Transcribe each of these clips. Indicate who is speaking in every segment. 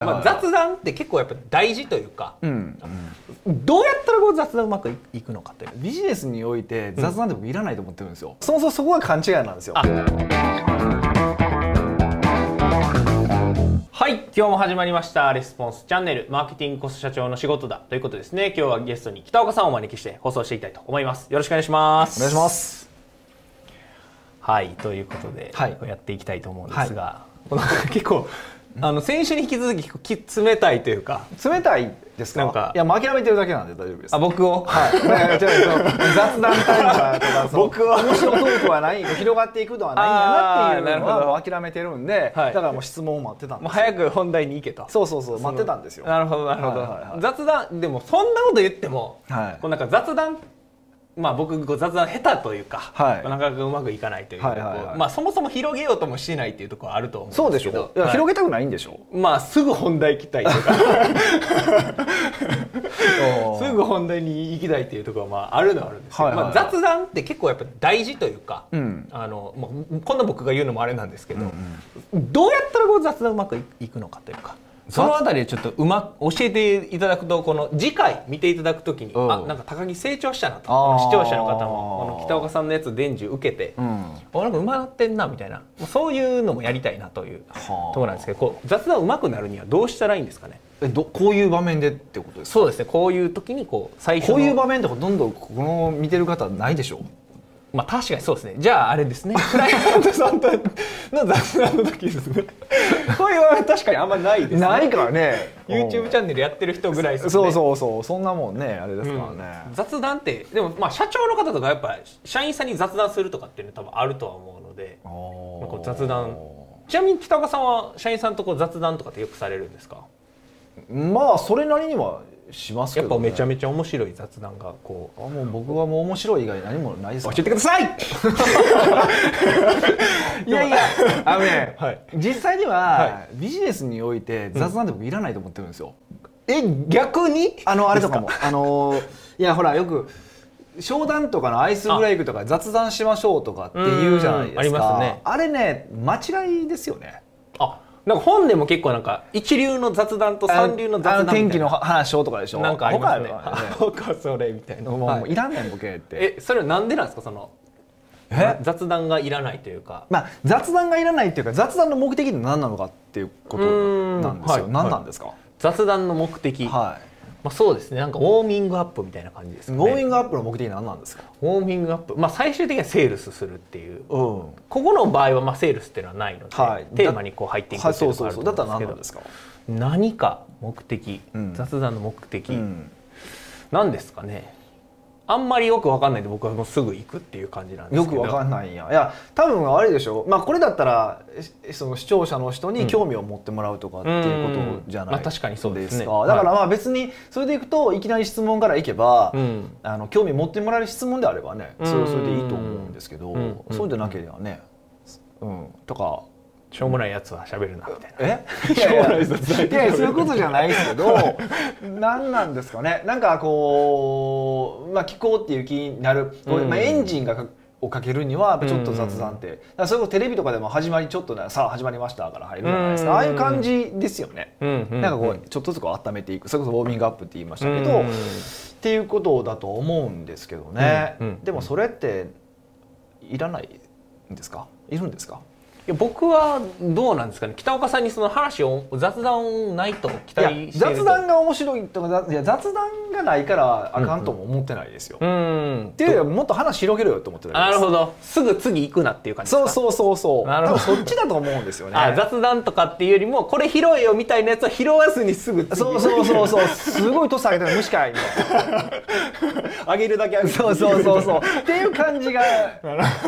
Speaker 1: まあ、雑談って結構やっぱ大事というか、
Speaker 2: うん
Speaker 1: どうやったらこう雑談うまくいくのかという
Speaker 2: ビジネスにおいて雑談って僕いらないと思ってるんですよ、そもそもそこが勘違いなんですよ
Speaker 1: あはい今日も始まりましたレスポンスチャンネルマーケティングこそ社長の仕事だということですね今日はゲストに北岡さんをお招きして放送していきたいと思いますよろしくお願いします
Speaker 2: お願いします
Speaker 1: はいということで、
Speaker 2: はい
Speaker 1: やっていきたいと思うんですが、この結構あの先週に引き続き結構冷たいというか
Speaker 2: 冷たいですか
Speaker 1: なんか
Speaker 2: いやもう諦めてるだけなんで大丈夫です
Speaker 1: あ僕を、
Speaker 2: はい、 いやいや違う違う雑談タイムだとかその
Speaker 1: 僕は
Speaker 2: 面白トークはない広がっていくのはないんだなってい
Speaker 1: あー
Speaker 2: うの
Speaker 1: なる
Speaker 2: は
Speaker 1: ほ
Speaker 2: もう諦めてるんで、
Speaker 1: はい
Speaker 2: だからもう質問を待ってたん
Speaker 1: もう
Speaker 2: です
Speaker 1: 早く本題に行けと
Speaker 2: そうそうそう待ってたんですよ
Speaker 1: なるほどなるほど、
Speaker 2: はいはいはい
Speaker 1: 雑談でもそんなこと言っても、
Speaker 2: はい
Speaker 1: こうなんか雑談まあ僕こう雑談下手というか、
Speaker 2: はい
Speaker 1: なかなかうまくいかないというか、
Speaker 2: はいはいはい
Speaker 1: こうまあそもそも広げようともしないっていうところはあると思
Speaker 2: そううん
Speaker 1: で
Speaker 2: ですし
Speaker 1: けど
Speaker 2: ょいや、広
Speaker 1: げ
Speaker 2: げたくないんでしょ
Speaker 1: まあすぐ本題行きたいというか すぐ本題に行きたいっていうところはまああるのはあるんですけど、
Speaker 2: はいはいはい
Speaker 1: まあ、雑談って結構やっぱ大事というか、
Speaker 2: ん
Speaker 1: あのまあ、こんな僕が言うのもあれなんですけど、どうやったらこう雑談うまくいくのかというかそのあたりちょっとうまく教えていただくとこの次回見ていただくときに、
Speaker 2: うん
Speaker 1: あなんか高木成長したなと
Speaker 2: あー
Speaker 1: 視聴者の方もこの北岡さんのやつ伝授受けて、
Speaker 2: ん
Speaker 1: あなんかうまなってんなみたいなもうそういうのもやりたいなという
Speaker 2: はあ
Speaker 1: ところなんですけどこう雑談うまくなるにはどうしたらいいんですかね
Speaker 2: えどこういう場面でってことですか
Speaker 1: そうですねこういう時にこう最初の
Speaker 2: こういう場面とかどんどんこの見てる方ないでしょ
Speaker 1: まあ確かにそうですねじゃああれですね クライアントさんとの雑談の時ですねこういう場面確かにあんまないですね
Speaker 2: ないからね
Speaker 1: YouTube チャンネルやってる人ぐらいですね
Speaker 2: そうそうそうそんなもんねあれですからね、
Speaker 1: 雑談ってでもまあ社長の方とかやっぱ社員さんに雑談するとかっていうの多分あるとは思うので
Speaker 2: あー
Speaker 1: まあこう雑談ちなみに北岡さんは社員さんとこう雑談とかってよくされるんですか
Speaker 2: まあそれなりにはしますけ
Speaker 1: やっ
Speaker 2: ど、ね、
Speaker 1: ぱめちゃ
Speaker 2: めち
Speaker 1: めちゃ面白い雑談がこう
Speaker 2: ゃあもう僕はもう面白い以外何もないです
Speaker 1: 教
Speaker 2: から
Speaker 1: えてください
Speaker 2: いやいやあのね、
Speaker 1: はい
Speaker 2: 実際には、
Speaker 1: は
Speaker 2: ビジネスにおいて雑談って僕いらないと思ってるんですよ、
Speaker 1: え逆に
Speaker 2: あのあれとかもあのいやほらよく商談とかのアイスブレイクとか雑談しましょうとかって言うじゃないです
Speaker 1: うん
Speaker 2: か
Speaker 1: ありますね
Speaker 2: あれね間違いですよね
Speaker 1: あなんか本でも結構なんか一流の雑談と三流の雑談
Speaker 2: あ
Speaker 1: みたいな
Speaker 2: 天気の話をとかでしょ
Speaker 1: なんかありますね
Speaker 2: 他あるからね
Speaker 1: あ僕はそれみたいな、
Speaker 2: もう
Speaker 1: はい
Speaker 2: もういらんねんボケって
Speaker 1: えそれはなんでなんですかその
Speaker 2: え
Speaker 1: 雑談がいらないというか
Speaker 2: まあ、雑談がいらないっていうか雑談の目的って何なのかっていうことなんですよ、
Speaker 1: うん
Speaker 2: 何なんですか、
Speaker 1: 雑談の目的、ま
Speaker 2: は
Speaker 1: あ、そうですねなんかウォーミングアップみたいな感じです
Speaker 2: い、
Speaker 1: か
Speaker 2: ウ
Speaker 1: ね
Speaker 2: ォーミングアップの目的何なんですか、
Speaker 1: ウォーミングアップまあ最終的にはセールスするっていう
Speaker 2: うんは
Speaker 1: ここの場合はまあセールスっていうのはないので、
Speaker 2: はい
Speaker 1: テーマにこう入っていく
Speaker 2: い、
Speaker 1: ってい
Speaker 2: そうう
Speaker 1: のが
Speaker 2: そ
Speaker 1: あ
Speaker 2: う
Speaker 1: ると
Speaker 2: そう
Speaker 1: 思
Speaker 2: だ
Speaker 1: う
Speaker 2: っ
Speaker 1: んで
Speaker 2: た
Speaker 1: す
Speaker 2: ら
Speaker 1: けど
Speaker 2: 何なん
Speaker 1: 何
Speaker 2: ですか、
Speaker 1: か目的、
Speaker 2: うん
Speaker 1: 雑談の目的、
Speaker 2: うん
Speaker 1: なんですかねあんまりよくわかんないんで僕はもうすぐ行くっていう感じなんです
Speaker 2: よ
Speaker 1: けど
Speaker 2: くわかんないんやいや多分あれでしょ、まあ、これだったらえその視聴者の人に興味を持ってもらうとかっていうことじゃない
Speaker 1: うんまあ確かにそうですね
Speaker 2: かだからまあ別にそれでいくといきなり質問からいけば、
Speaker 1: うん
Speaker 2: あの興味持ってもらえる質問であればねそれはそれでいいと思うんですけど、
Speaker 1: うん
Speaker 2: そうじゃなければね、うん、とか
Speaker 1: しょうもないやつは喋るなみたいな
Speaker 2: え い
Speaker 1: 将
Speaker 2: やいや
Speaker 1: 来
Speaker 2: い
Speaker 1: の財産
Speaker 2: やそういうことじゃないですけど 何なんですかねなんかこう、まあ、聞こうっていう気になる、こう
Speaker 1: うん
Speaker 2: まあ、エンジンがかをかけるにはやっぱちょっと雑談って、だからそれこそテレビとかでも始まりちょっとなさあ始まりましたから入るじゃないですか、
Speaker 1: うん
Speaker 2: ああいう感じですよね、
Speaker 1: うんうんうん
Speaker 2: なんかこうちょっとずつこう温めていくそれこそウォーミングアップって言いましたけど、
Speaker 1: うん
Speaker 2: っていうことだと思うんですけどね、
Speaker 1: うんうん
Speaker 2: でもそれっていらないんですかいるんですか
Speaker 1: いや僕はどうなんですかね北岡さんにその話を雑談をないと期
Speaker 2: いや
Speaker 1: 待していると
Speaker 2: 雑談が面白いとかざいや雑談がないからあかんとも思ってないですよ。
Speaker 1: うん
Speaker 2: っていうよりはもっと話広げろよと思ってる
Speaker 1: あなる
Speaker 2: ど
Speaker 1: ほどすぐ次行くなっていう感じです
Speaker 2: そう
Speaker 1: かう
Speaker 2: そうそうそう
Speaker 1: なるほど
Speaker 2: 多分そっちだと思うんですよね。
Speaker 1: あ雑談とかっていうよりもこれ拾えよみたいなやつは拾わずにすぐ次
Speaker 2: そうそうそうそうすごいトス上げてる無視かい みたいな
Speaker 1: あげるだけあげる
Speaker 2: そうそうそうそうっていう感じが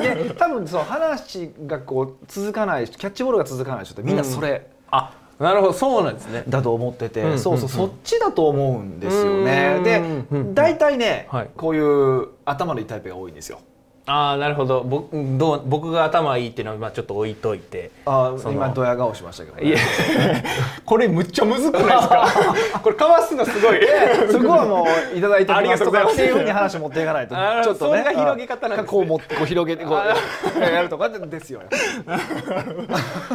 Speaker 2: で多分その話がこう続かない人キャッチボールが続かない人ってみんなそれ
Speaker 1: あなるほどそうなんですね
Speaker 2: だと思ってて、
Speaker 1: うん
Speaker 2: そうそう、そっちだと思うんですよ
Speaker 1: う
Speaker 2: ね
Speaker 1: ん
Speaker 2: で
Speaker 1: うん
Speaker 2: 大体ね、
Speaker 1: はい
Speaker 2: こういう頭の痛いペが多いんですよ
Speaker 1: ああなるほどぼどう僕が頭いいっていうのはまあちょっと置いといて
Speaker 2: あ
Speaker 1: そ
Speaker 2: ー
Speaker 1: の
Speaker 2: 今ドヤ顔しましたけど、
Speaker 1: い や
Speaker 2: ね、
Speaker 1: これむっちゃむずくないですか これかわすのす ごい
Speaker 2: そこはもういただいてお
Speaker 1: あり
Speaker 2: きま
Speaker 1: がと
Speaker 2: す
Speaker 1: うご
Speaker 2: と
Speaker 1: ざい
Speaker 2: か
Speaker 1: ま
Speaker 2: っ
Speaker 1: す
Speaker 2: ていうふうに話を持っていかないと
Speaker 1: あー
Speaker 2: ちょっとね
Speaker 1: そんな広げ方なんですね
Speaker 2: こう持ってこう広げてこ
Speaker 1: あ
Speaker 2: うやるとかですよ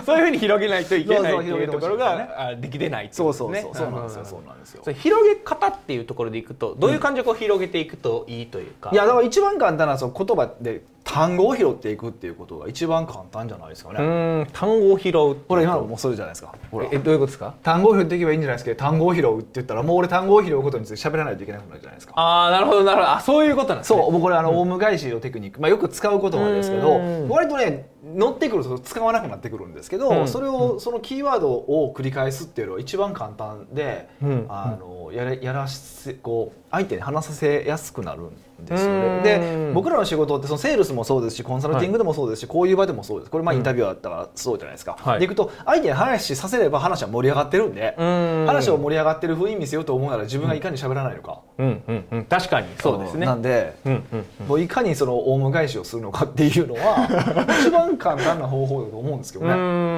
Speaker 1: そういうふうに広げないといけない
Speaker 2: そ
Speaker 1: っ
Speaker 2: う
Speaker 1: て
Speaker 2: そう
Speaker 1: いうところ
Speaker 2: 広げてほしいです
Speaker 1: があできてないってい
Speaker 2: そう
Speaker 1: こと
Speaker 2: そう
Speaker 1: です
Speaker 2: そ
Speaker 1: ね
Speaker 2: うそうなんですよ
Speaker 1: ん
Speaker 2: そうなんですよ
Speaker 1: それ広げ方っていうところでいくとどういう感じでこう広げていくといいというか、
Speaker 2: いやだから一番簡単なその言葉で単語を拾っていくっていうことが一番簡単じゃないですか
Speaker 1: う
Speaker 2: ね、
Speaker 1: ーん単語を拾う
Speaker 2: ほら今のもそうじゃないですかほら
Speaker 1: えどういうことですか
Speaker 2: 単語を拾っていけばいいんじゃないですけど単語を拾うって言ったらもう俺単語を拾うことについて喋らないといけなくなるじゃないですか
Speaker 1: ああなるほどなるほどあそういうことなんです
Speaker 2: そ
Speaker 1: ね
Speaker 2: う僕これあのオウム返しのテクニック、まあ、よく使う言葉ですけど
Speaker 1: うん
Speaker 2: 割とね乗ってくると使わなくなってくるんですけど、
Speaker 1: うん
Speaker 2: それをそのキーワードを繰り返すっていうのは一番簡単で、
Speaker 1: うん
Speaker 2: あのやれやらせこう相手に話させやすくなるんですよ
Speaker 1: うん
Speaker 2: ね。で僕らの仕事ってそのセールスもそうですしコンサルティングでもそうですし、こういう場でもそうですこれまあインタビューだったからそうじゃないですか。
Speaker 1: はい
Speaker 2: でいくと相手に話させれば話は盛り上がってるんで、
Speaker 1: うん
Speaker 2: 話を盛り上がってる雰囲気見せようと思うなら自分がいかに喋らないのか、
Speaker 1: うんうんうん確かにそうですね
Speaker 2: なんで
Speaker 1: うんうん
Speaker 2: もういかにそのオウム返しをするのかっていうの は一番簡単な方法だと思うんですけど
Speaker 1: う
Speaker 2: ね。
Speaker 1: ー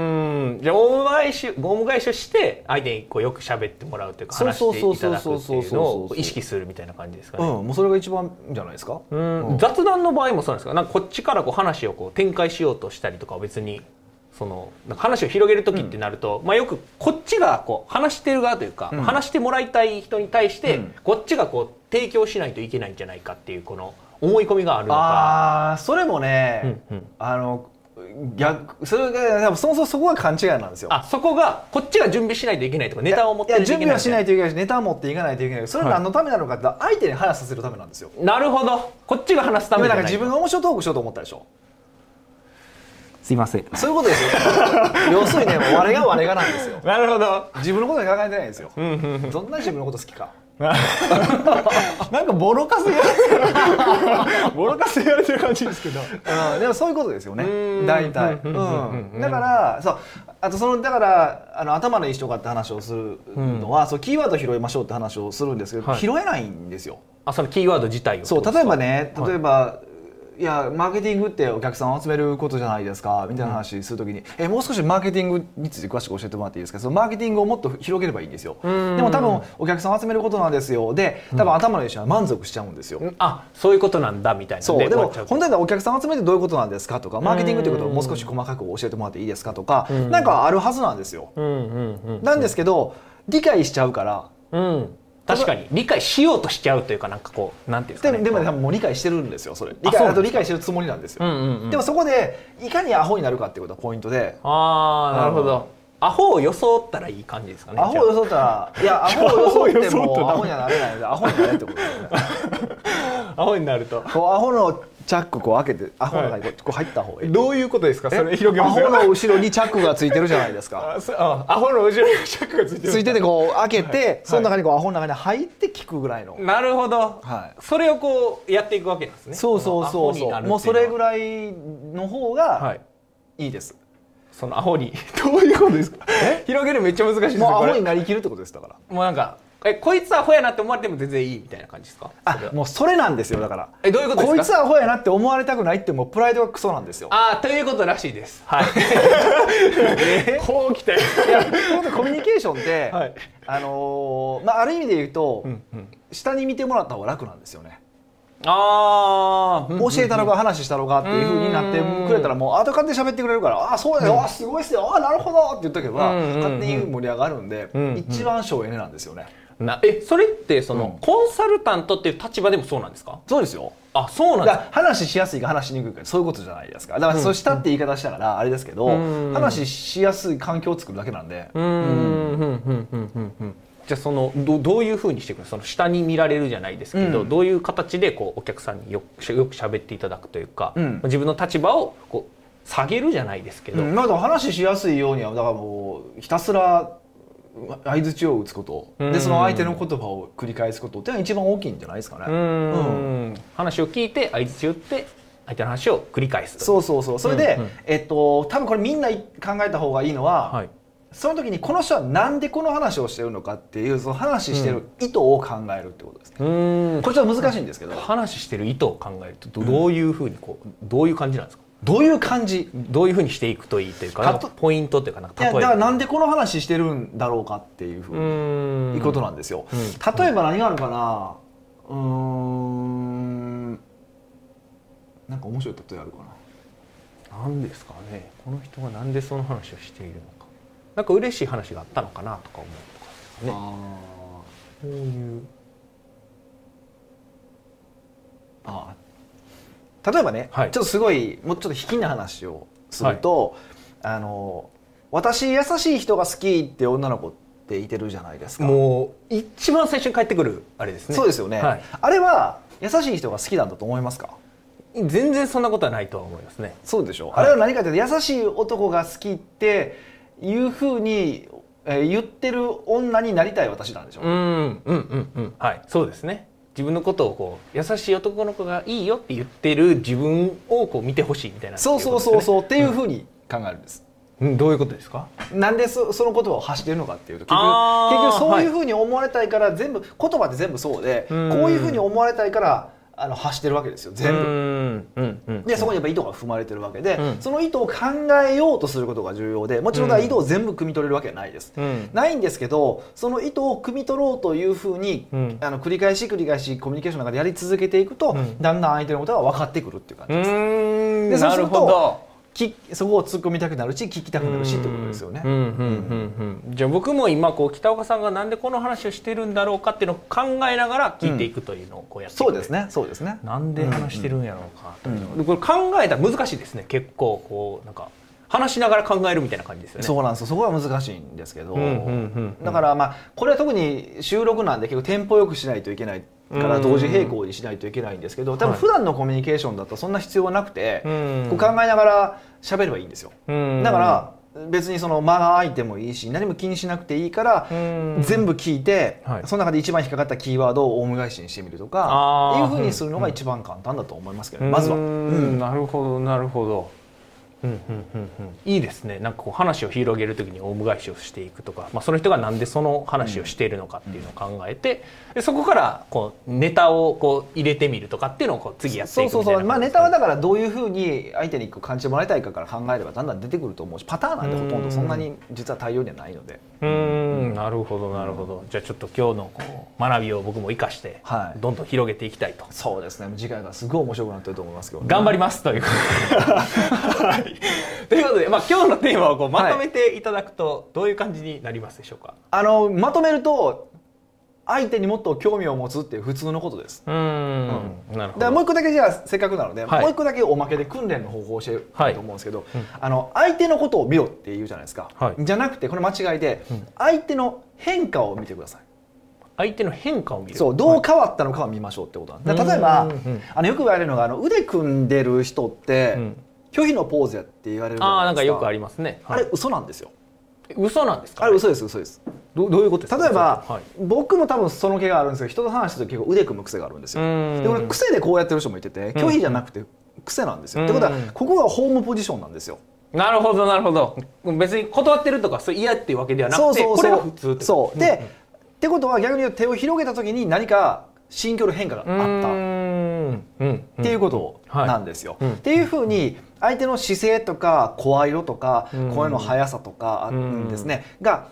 Speaker 1: んじゃあオウム返しオウム返しをして相手にこうよく喋ってもらうというか
Speaker 2: そう
Speaker 1: 話し
Speaker 2: そう
Speaker 1: て
Speaker 2: そう
Speaker 1: い
Speaker 2: そ
Speaker 1: た
Speaker 2: う
Speaker 1: だ
Speaker 2: そ
Speaker 1: く
Speaker 2: う
Speaker 1: って
Speaker 2: そうそう
Speaker 1: いうのを意識するみたいな感じですか
Speaker 2: うん
Speaker 1: ね、、
Speaker 2: もうそれが一番じゃないですか。
Speaker 1: うーん
Speaker 2: うん
Speaker 1: 雑談の場合もそうなんですかなんかこっちからこう話をこう展開しようとしたりとかは別にそのなんか話を広げる時ってなると、まあ、よくこっちがこう話してる側というか、
Speaker 2: うん
Speaker 1: 話してもらいたい人に対して、
Speaker 2: うん
Speaker 1: こっちがこう提供しないといけないんじゃないかっていうこの思い込みがあるのか。
Speaker 2: ああ、それもね、
Speaker 1: うんうん
Speaker 2: あの逆それが多分そもそもそこが勘違いなんですよ。
Speaker 1: あそこがこっちが準備しないといけないとかネタを持っ
Speaker 2: い
Speaker 1: て
Speaker 2: や
Speaker 1: るとい
Speaker 2: 準
Speaker 1: け
Speaker 2: 備
Speaker 1: ない
Speaker 2: は
Speaker 1: みた
Speaker 2: し
Speaker 1: いな
Speaker 2: ないといけないしネタは持っていかないといけないそれは何のためなのかって相手に話させるためなんですよ。
Speaker 1: なるほどこっちが話すた
Speaker 2: ダ
Speaker 1: めじ
Speaker 2: メだ
Speaker 1: ゃない
Speaker 2: から自分が面白いトークしようと思ったでしょ。
Speaker 1: すいません
Speaker 2: そういうこ とですよ。要するにね、我が我がなんですよ。
Speaker 1: なるほど
Speaker 2: 自分のことに考えてないんですよ。どんな自分のこと好きか。
Speaker 1: なんかボロカス言われてる ボロカス言われてる感じですけど
Speaker 2: うん、でもそういうことですよね
Speaker 1: うん
Speaker 2: 大体、
Speaker 1: う
Speaker 2: うんんだからそうあとそのだからあの頭のいい人がって話をするのは、そうキーワード拾いましょうって話をするんですけど、
Speaker 1: はい
Speaker 2: 拾えないんですよ
Speaker 1: あそのキーワード自体を
Speaker 2: そう例えばね
Speaker 1: はい
Speaker 2: 例えば、い、やマーケティングってお客さんを集めることじゃないですかみたいな話するときに、えもう少しマーケティングについて詳しく教えてもらっていいですかそのマーケティングをもっと広げればいいんですよで
Speaker 1: ん
Speaker 2: も多分お客さんを集めることなんですよで多分頭のいい人は満足しちゃうんですよ、
Speaker 1: あそういうことなんだみたいな
Speaker 2: そうでも本
Speaker 1: に
Speaker 2: 当にお客さんを集めてどういうことなんですかとかマーケティングということをもう少し細かく教えてもらっていいですかとかなんかあるはずなんですよ。
Speaker 1: うんうんうん
Speaker 2: なんですけど理解しちゃうから
Speaker 1: うん確かに理解しようとしちゃうというかなんかこうなんていうんです
Speaker 2: で
Speaker 1: かね
Speaker 2: でもね多分もう理解してるんですよそれ理
Speaker 1: そう
Speaker 2: 解
Speaker 1: なんです
Speaker 2: あ
Speaker 1: か
Speaker 2: と理解してるつもりなんです
Speaker 1: う
Speaker 2: よ。
Speaker 1: んうんうん
Speaker 2: でもそこでいかにアホになるかっていうことがポイントで。
Speaker 1: ああなるほどアホを装ったらいい感じですかね
Speaker 2: アホを
Speaker 1: じゃ
Speaker 2: 装ったら いやアホを装っても
Speaker 1: アホを装ったら
Speaker 2: アホにはなれないのでアホになれってことだよ ね
Speaker 1: あアホになると
Speaker 2: こうアホのチャックこう開けてアホの中にこうこう入った方がいい
Speaker 1: どういうことですかそれ広げ
Speaker 2: ア
Speaker 1: ます
Speaker 2: ホ
Speaker 1: よ
Speaker 2: の後ろにチャックがついてるじゃないです か
Speaker 1: あそうあアホの後ろにシャックがついてる
Speaker 2: ついててこう開けて、その中にこうアホの中に入って聞くぐらいの、
Speaker 1: なるほど、
Speaker 2: はい
Speaker 1: それをこうやっていくわけなんですね
Speaker 2: そうそうそうそうもうそれぐ
Speaker 1: ら
Speaker 2: らいの方
Speaker 1: いは
Speaker 2: が
Speaker 1: い
Speaker 2: いいです、
Speaker 1: そのアホに どういうことですか広げるめっちゃ難しいですよ
Speaker 2: もうア
Speaker 1: こ
Speaker 2: ホ
Speaker 1: れ
Speaker 2: になりきるってことですだから
Speaker 1: もうなんかえこいつアホやなって思われても全然いいみたいな感じですかそれ
Speaker 2: あ
Speaker 1: は
Speaker 2: もうそれなんですよだから
Speaker 1: えどういうことですか
Speaker 2: こいつアホやなって思われたくないってもうプライドがクソなんですよ
Speaker 1: あーということらしいです はいこう来て
Speaker 2: いや本当コミュニケーションって、
Speaker 1: はい
Speaker 2: あのーまあある意味で言うと、
Speaker 1: んうん
Speaker 2: 下に見てもらった方が楽なんですよね
Speaker 1: ああ
Speaker 2: 教えたのか話したのかっていう風になってくれたらもう後勝手に喋ってくれるから「ああそうだよ、ああすごいっすよああなるほど」って言ったけど
Speaker 1: うんうんうん
Speaker 2: 勝手に盛り上がるんで、
Speaker 1: んうん
Speaker 2: 一番省エネなんですよね。
Speaker 1: なえそれってその、
Speaker 2: うん
Speaker 1: コンサルタントっていう立場でもそうなんですか
Speaker 2: そうですよ
Speaker 1: あそうな
Speaker 2: だ
Speaker 1: んで
Speaker 2: か
Speaker 1: す
Speaker 2: ら話しやすいか話しにくいかそういうことじゃないですかだからそうしたって言い方したからあれですけど、
Speaker 1: うん
Speaker 2: 話しやすい環境を作るだけなんで、
Speaker 1: うーんうんうんうんうんうんじゃあそのどどういうふうにしていくのその下に見られるじゃないですけど、
Speaker 2: うん
Speaker 1: どういう形でこうお客さんによくしよく喋っていただくというか、
Speaker 2: うん
Speaker 1: 自分の立場をこう下げるじゃないですけど、
Speaker 2: うんまあ、でも話しやすいようにはだからもうひたすら相づちを打つこと、
Speaker 1: うん
Speaker 2: でその相手の言葉を繰り返すことっていうのが一番大きいんじゃないですかね。
Speaker 1: うーん話を聞いて相槌を打って相手の話を繰り返すと
Speaker 2: そうそうそうそれで、
Speaker 1: うんうん
Speaker 2: えっと多分これみんな考えた方がいいのは、
Speaker 1: はい
Speaker 2: その時にこの人はなんでこの話をしてるのかっていうその話してる意図を考えるってことですね、
Speaker 1: うん
Speaker 2: これちょっと難しいんですけど、
Speaker 1: 話してる意図を考えるとどどういうふうにこうどういう感じなんですか
Speaker 2: どういう感じ
Speaker 1: どういうふうにしていくといいというか
Speaker 2: か
Speaker 1: な
Speaker 2: と
Speaker 1: んかポイントというかなん
Speaker 2: い
Speaker 1: か例
Speaker 2: や
Speaker 1: え
Speaker 2: だ
Speaker 1: ば
Speaker 2: からなんでこの話してるんだろうかっていうふ
Speaker 1: う
Speaker 2: うに
Speaker 1: ーん
Speaker 2: いうことなんですよ、
Speaker 1: うん
Speaker 2: 例えば何があるかなうーんなんか面白い例えあるかな
Speaker 1: なんですかねこの人がなんでその話をしているのかなんか嬉しい話があったのかなとか思うとかですかね
Speaker 2: あ
Speaker 1: こういう
Speaker 2: ーあー例えばね、
Speaker 1: はい
Speaker 2: ちょっとすごいもうちょっと卑近な話をすると、あの私優しい人が好きって女の子っていてるじゃないですか
Speaker 1: もう一番最初に帰ってくるあれですね
Speaker 2: そうですよね、
Speaker 1: はい
Speaker 2: あれは優しい人が好きなんだと思いますか
Speaker 1: 全然そんなことはないとは思いますね
Speaker 2: そうでしょ、
Speaker 1: はい
Speaker 2: あれは何かというと優しい男が好きっていうふうに、えー言ってる女になりたい私なんでしょ、
Speaker 1: うんうんうんうんはいそうですね自分のことをこう優しい男の子がいいよって言ってる自分をこう見てほしいみたいな
Speaker 2: そうそうそう
Speaker 1: う
Speaker 2: そうっていうふうに考えるんです、
Speaker 1: うんどういうことですか
Speaker 2: なんでそその言葉を発してるのかっていうと結
Speaker 1: あー
Speaker 2: 局結局そういうふうに思われたいから全部、言葉って全部そうで
Speaker 1: うん
Speaker 2: こういうふうに思われたいからあの発してるわけですよ全部。
Speaker 1: 部うんうん
Speaker 2: でそこにやっぱ意図が含まれてるわけで、
Speaker 1: うん
Speaker 2: その意図を考えようとすることが重要でもちろんだから意図を全部汲み取れるわけはないです、
Speaker 1: うん
Speaker 2: ないんですけどその意図を汲み取ろうというふうに、
Speaker 1: うん
Speaker 2: あの繰り返し繰り返しコミュニケーションの中でやり続けていくと、
Speaker 1: うん
Speaker 2: だんだん相手のことが分かってくるっていう感
Speaker 1: う
Speaker 2: じです、
Speaker 1: ーん
Speaker 2: でそう
Speaker 1: な
Speaker 2: す
Speaker 1: る
Speaker 2: る
Speaker 1: ほど
Speaker 2: ときそこを突っ込みたくなるし聞きたくなるしってことですよね、
Speaker 1: うんうんうんうん、じゃあ僕も今こう北岡さんがなんでこの話をしてるんだろうかっていうのを考えながら聞いていくというのをこうやっていく
Speaker 2: そうですねそうですね
Speaker 1: なんで話してるんやろうかというのが
Speaker 2: う
Speaker 1: でこれ考えたら難しいですね結構こうなんか話しながら考えるみたいな感じですよね。
Speaker 2: そうなんですよそこは難しいんですけど、
Speaker 1: うんうんうんうん
Speaker 2: だからまあこれは特に収録なんで結構テンポよくしないといけないから
Speaker 1: うん
Speaker 2: 同時並行にしないといけないんですけど多分
Speaker 1: はい
Speaker 2: 普段のコミュニケーションだとそんな必要はなくて、
Speaker 1: うん
Speaker 2: こう考えながら喋ればいいんですよ、
Speaker 1: うん
Speaker 2: だから別にその間が空いてもいいし何も気にしなくていいから、
Speaker 1: うん
Speaker 2: 全部聞いて、
Speaker 1: はい
Speaker 2: その中で一番引っかかったキーワードをオウム返しにしてみるとか
Speaker 1: あー
Speaker 2: いうふうにするのが一番簡単だと思いますけど、まずは。
Speaker 1: うーん
Speaker 2: うん
Speaker 1: なるほどなるほど、うんうんうんうん、いいですねなんかこう話を広げる時にオウム返しをしていくとか、まあ、その人がなんでその話をしているのかっていうのを考えて、でそこからこうネタをこう入れてみるとかっていうのをこう次やって
Speaker 2: そ
Speaker 1: いうく
Speaker 2: そう
Speaker 1: みたい
Speaker 2: そ
Speaker 1: な
Speaker 2: う、まあ、
Speaker 1: 感じで
Speaker 2: ネ
Speaker 1: すか
Speaker 2: タはだからどういうふうに相手にこう感じてもらいたいかから考えればだんだん出てくると思うしパターンなんてほとんどそんなに実は大量にはないので
Speaker 1: うーんなるほどなるほど、じゃあちょっと今日のこう学びを僕も生かして、
Speaker 2: はい
Speaker 1: どんどん広げていきたいと
Speaker 2: そうですね次回がすごい面白くなってると思いますけど、
Speaker 1: 頑張りますということで。 はいということで、まあ、今日のテーマをこうまとめていただくとどういう感じになりますでしょうか、
Speaker 2: あのまとめると相手にもっと興味を持つっていう普通のことです
Speaker 1: うーん、なるほ
Speaker 2: だから
Speaker 1: ど。
Speaker 2: もう一個だけじゃあせっかくなので、
Speaker 1: はい
Speaker 2: もう一個だけおまけで訓練の方法を教える
Speaker 1: はい
Speaker 2: と思うんですけど、あの相手のことを見ろって言うじゃないですか、
Speaker 1: はい
Speaker 2: じゃなくてこれ間違いで、相手の変化を見てください
Speaker 1: 相手の変化を見る。
Speaker 2: そうどう変わったのかを見ましょうってことなんです、だから例えば、
Speaker 1: うんうん
Speaker 2: あのよく言われるのがあの腕組んでる人って、
Speaker 1: うん
Speaker 2: 拒否のポーズやって言われるじゃ
Speaker 1: ああ、
Speaker 2: な
Speaker 1: ないんか
Speaker 2: です
Speaker 1: よくありますね。
Speaker 2: あれ嘘なんですよ
Speaker 1: れ、嘘なんですか。
Speaker 2: あれ嘘です嘘です
Speaker 1: どう、どういうことです
Speaker 2: 例
Speaker 1: か。
Speaker 2: えば、
Speaker 1: はい。
Speaker 2: 僕も多分その毛があるんですけど人と話してると結構腕組む癖があるんですよ、
Speaker 1: うん
Speaker 2: で俺癖でこうやってる人もいてて拒否じゃなくて癖なんですよ、
Speaker 1: うん
Speaker 2: ってことはここがホームポジションなんですよ、
Speaker 1: なるほど、なるほど。別に断ってるとか、そう嫌っていうわけではな
Speaker 2: そう
Speaker 1: くて、
Speaker 2: そうそう
Speaker 1: これが普通ってこと。
Speaker 2: そうで、ってことは逆に言うと手を広げた時に何か心境の変化が
Speaker 1: う
Speaker 2: あった
Speaker 1: ーん。うん。
Speaker 2: っていうこと
Speaker 1: はい
Speaker 2: なんですよ。
Speaker 1: うん
Speaker 2: っていうふうに相手の姿勢とか声色とか
Speaker 1: うん
Speaker 2: 声の速さとか
Speaker 1: うん
Speaker 2: ですねが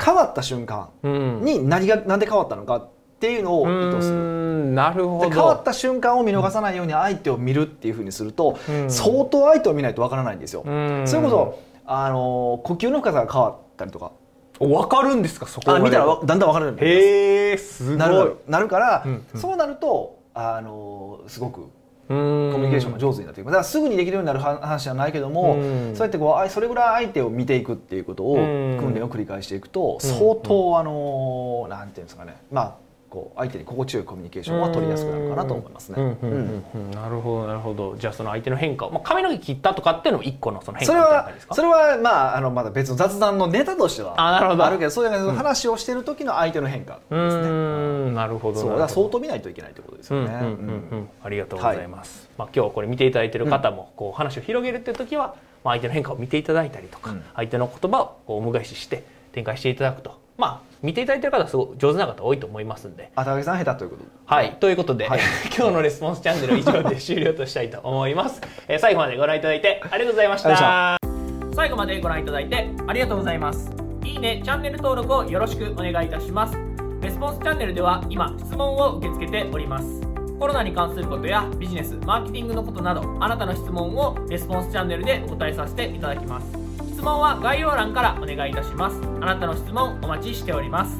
Speaker 2: 変わった瞬間
Speaker 1: うん。
Speaker 2: に何が何で変わったのかっていうのを
Speaker 1: う
Speaker 2: 意図する。
Speaker 1: ーん、なるほ
Speaker 2: で
Speaker 1: ど。
Speaker 2: 変わった瞬間を見逃さないように相手を見るっていうふうにすると
Speaker 1: うん
Speaker 2: 相当相手を見ないとわからないんですよ。
Speaker 1: うん
Speaker 2: それこそあのー呼吸の深さが変わったりとか
Speaker 1: わかるんですか、そこま
Speaker 2: あ
Speaker 1: で。
Speaker 2: 見たらわだんだんわかるようになります
Speaker 1: へえ、すご。
Speaker 2: ないるなるから、
Speaker 1: うんうん
Speaker 2: そうなるとあのーすごく
Speaker 1: コ
Speaker 2: コミュニケーションが上手になっていくだからすぐにできるようになるは話じゃないけども、
Speaker 1: うん
Speaker 2: そうやってこうあいそれぐらい相手を見ていくっていうことを、
Speaker 1: うん
Speaker 2: 訓練を繰り返していくと相当あのーなんていうんですかねまあこう相手に心地よいコミュニケーションは取りやすくなるかなと思いますね。
Speaker 1: うんうん
Speaker 2: う
Speaker 1: うん
Speaker 2: ん
Speaker 1: うんなるほどなるほど。じゃあその相手の変化を、まあ、髪の毛切ったとかっていうのも一個のその変
Speaker 2: そ
Speaker 1: 化
Speaker 2: れ
Speaker 1: みたいな
Speaker 2: は
Speaker 1: 感じですか。
Speaker 2: それはまああのまだ別の雑談のネタとしては
Speaker 1: あなるほど
Speaker 2: るけどそういう話をしてる時の相手の変化
Speaker 1: うーんなるほど
Speaker 2: そうだ
Speaker 1: な
Speaker 2: か
Speaker 1: る
Speaker 2: ら相
Speaker 1: ほど。
Speaker 2: 当見ないといけないってことです
Speaker 1: うん
Speaker 2: よ
Speaker 1: うん
Speaker 2: ね。
Speaker 1: うんうんありがとうございます。まあ今日これ見ていただいている方もこう話を広げるっていう時は、まあ、相手の変化を見ていただいたりとか、
Speaker 2: うん
Speaker 1: 相手の言葉をこうオウム返しして展開していただくとまあ見ていただいてる方はすごい上手な方多いと思いますんで。
Speaker 2: あ、高木さん下手ということで。
Speaker 1: はい、ということで、
Speaker 2: はい
Speaker 1: 今日のレスポンスチャンネルは以上で終了としたいと思います、えー最後までご覧いただいてありがとうございまし
Speaker 2: ありがとうございました
Speaker 1: 最後までご覧いただいてありがとうございますいいねチャンネル登録をよろしくお願いいたしますレスポンスチャンネルでは今質問を受け付けておりますコロナに関することやビジネスマーケティングのことなどあなたの質問をレスポンスチャンネルでお答えさせていただきます質問は概要欄からお願いいたしますあなたの質問お待ちしております